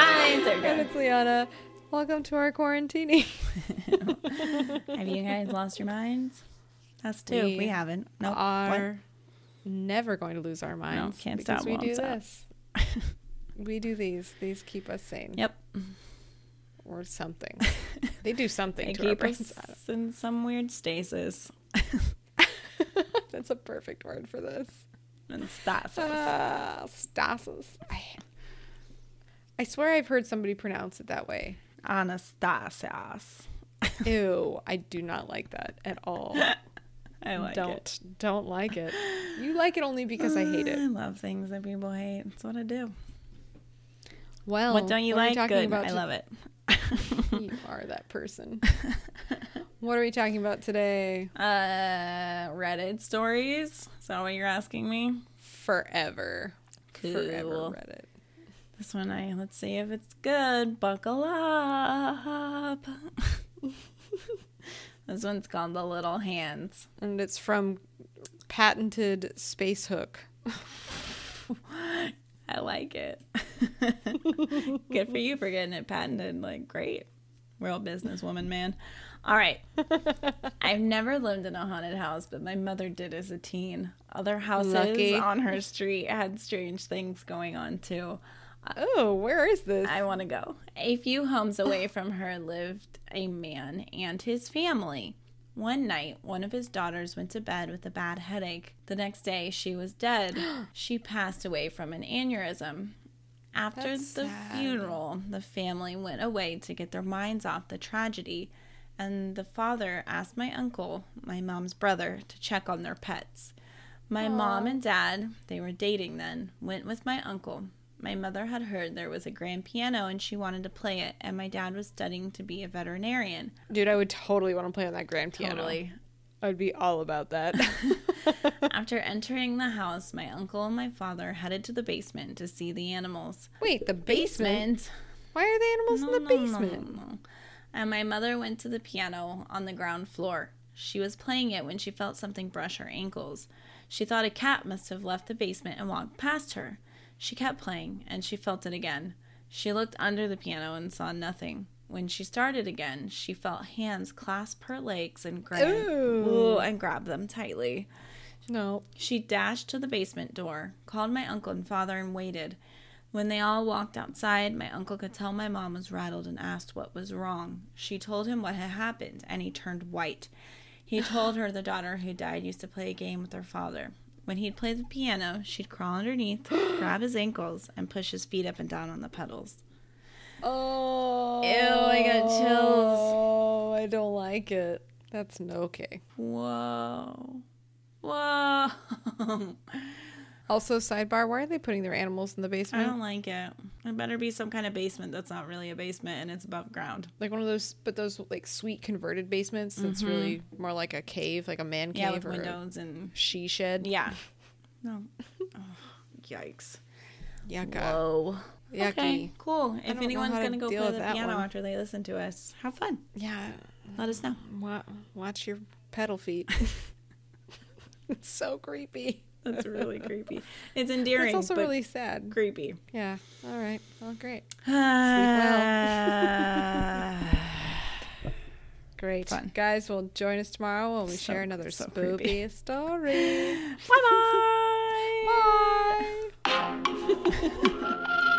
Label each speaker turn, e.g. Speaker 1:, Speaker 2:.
Speaker 1: And it's Liana. Welcome to our quarantine.
Speaker 2: Have you guys lost your minds? Us too. We,
Speaker 1: We
Speaker 2: haven't. No. What?
Speaker 1: Are never going to lose our minds.
Speaker 2: can't
Speaker 1: because
Speaker 2: stop,
Speaker 1: We
Speaker 2: won't
Speaker 1: do
Speaker 2: stop.
Speaker 1: this. we do these. These keep us sane.
Speaker 2: Yep.
Speaker 1: Or something. They do something
Speaker 2: They
Speaker 1: to our
Speaker 2: keep
Speaker 1: brains.
Speaker 2: us in some weird stasis
Speaker 1: That's a perfect word for this.
Speaker 2: and stasis.
Speaker 1: Uh, stasis. I, I swear I've heard somebody pronounce it that way.
Speaker 2: Anastasias.
Speaker 1: Ew, I do not like that at all.
Speaker 2: I like
Speaker 1: don't
Speaker 2: it.
Speaker 1: don't like it. You like it only because I hate
Speaker 2: I
Speaker 1: it.
Speaker 2: love things that people hate. That's what I do.
Speaker 1: Well,
Speaker 2: what don't you
Speaker 1: are we
Speaker 2: like?
Speaker 1: talking
Speaker 2: Good.
Speaker 1: about
Speaker 2: I
Speaker 1: to-
Speaker 2: love it.
Speaker 1: You are that person. what are we talking about today?
Speaker 2: Uh, Reddit stories. Is that what you're asking me?
Speaker 1: Forever, forever
Speaker 2: Cool.
Speaker 1: Reddit.
Speaker 2: This one, I let's see if it's good. Buckle up. this one's called the Little Hands.
Speaker 1: And it's from patented space hook.
Speaker 2: I like it. good for you for getting it patented. Like great, real businesswoman, man. All right. I've never lived in a haunted house, but my mother did as a teen. Other houses
Speaker 1: Lucky.
Speaker 2: on her street had strange things going on too.
Speaker 1: Oh, where is this?
Speaker 2: Uh, I want to go. A few homes away from her lived a man and his family. One night, one of his daughters went to bed with a bad headache. The next day, she was dead. she passed away from an aneurysm. After
Speaker 1: That's
Speaker 2: the
Speaker 1: sad.
Speaker 2: funeral, the family went away to get their minds off the tragedy, and the father asked my uncle, my mom's brother, to check on their pets. My mom and dad, they were dating then, went with my uncle. My mother had heard there was a grand piano and she wanted to play it, and my dad was studying to be a veterinarian.
Speaker 1: Dude, I would totally want to play on that grand piano. I'd be all about that.
Speaker 2: After entering the house, my uncle and my father headed to the basement to see the animals.
Speaker 1: Wait, the basement? Why are the animals
Speaker 2: No,
Speaker 1: in the
Speaker 2: no, no,
Speaker 1: basement?
Speaker 2: no, no. And my mother went to the piano on the ground floor. She was playing it when she felt something brush her ankles. She thought a cat must have left the basement and walked past her. She kept playing, and she felt it again. She looked under the piano and saw nothing. When she started again, she felt hands clasp her legs and grab,
Speaker 1: Ooh.
Speaker 2: Ooh, and grab them tightly.
Speaker 1: No.
Speaker 2: She dashed to the basement door, called my uncle and father, and waited. When they all walked outside, my uncle could tell my mom was rattled and asked what was wrong. She told him what had happened, and he turned white. He told her the daughter who died used to play a game with her father. When he'd play the piano, she'd crawl underneath, grab his ankles, and push his feet up and down on the pedals.
Speaker 1: Oh.
Speaker 2: Ew, I got chills.
Speaker 1: Oh, I don't like it. That's no okay.
Speaker 2: Whoa. Whoa.
Speaker 1: Also, sidebar, why are they putting their animals in the
Speaker 2: I
Speaker 1: basement?
Speaker 2: don't like it. It better be some kind of basement that's not really a basement and it's above ground.
Speaker 1: Like one of those, but those like sweet converted basements that's really more like a cave, like a man cave
Speaker 2: Mm-hmm. Yeah, with
Speaker 1: or a
Speaker 2: windows and
Speaker 1: she shed.
Speaker 2: Yeah. No. yikes.
Speaker 1: Yucca.
Speaker 2: Whoa.
Speaker 1: Yucky.
Speaker 2: Okay, cool.
Speaker 1: don't
Speaker 2: If
Speaker 1: know
Speaker 2: anyone's
Speaker 1: how to
Speaker 2: going to go
Speaker 1: deal
Speaker 2: play
Speaker 1: with
Speaker 2: the
Speaker 1: that
Speaker 2: piano
Speaker 1: one.
Speaker 2: after they listen to us, have fun.
Speaker 1: Yeah.
Speaker 2: Let us know.
Speaker 1: Wa- watch your pedal feet. it's so creepy.
Speaker 2: That's really creepy. It's
Speaker 1: It's
Speaker 2: endearing,
Speaker 1: also
Speaker 2: but
Speaker 1: really sad.
Speaker 2: creepy.
Speaker 1: Yeah. All right. Well, great. Great.
Speaker 2: Fun.
Speaker 1: Guys, will join us tomorrow when we
Speaker 2: So-
Speaker 1: share another
Speaker 2: so
Speaker 1: spooky
Speaker 2: creepy.
Speaker 1: story.
Speaker 2: Bye-bye.
Speaker 1: Bye.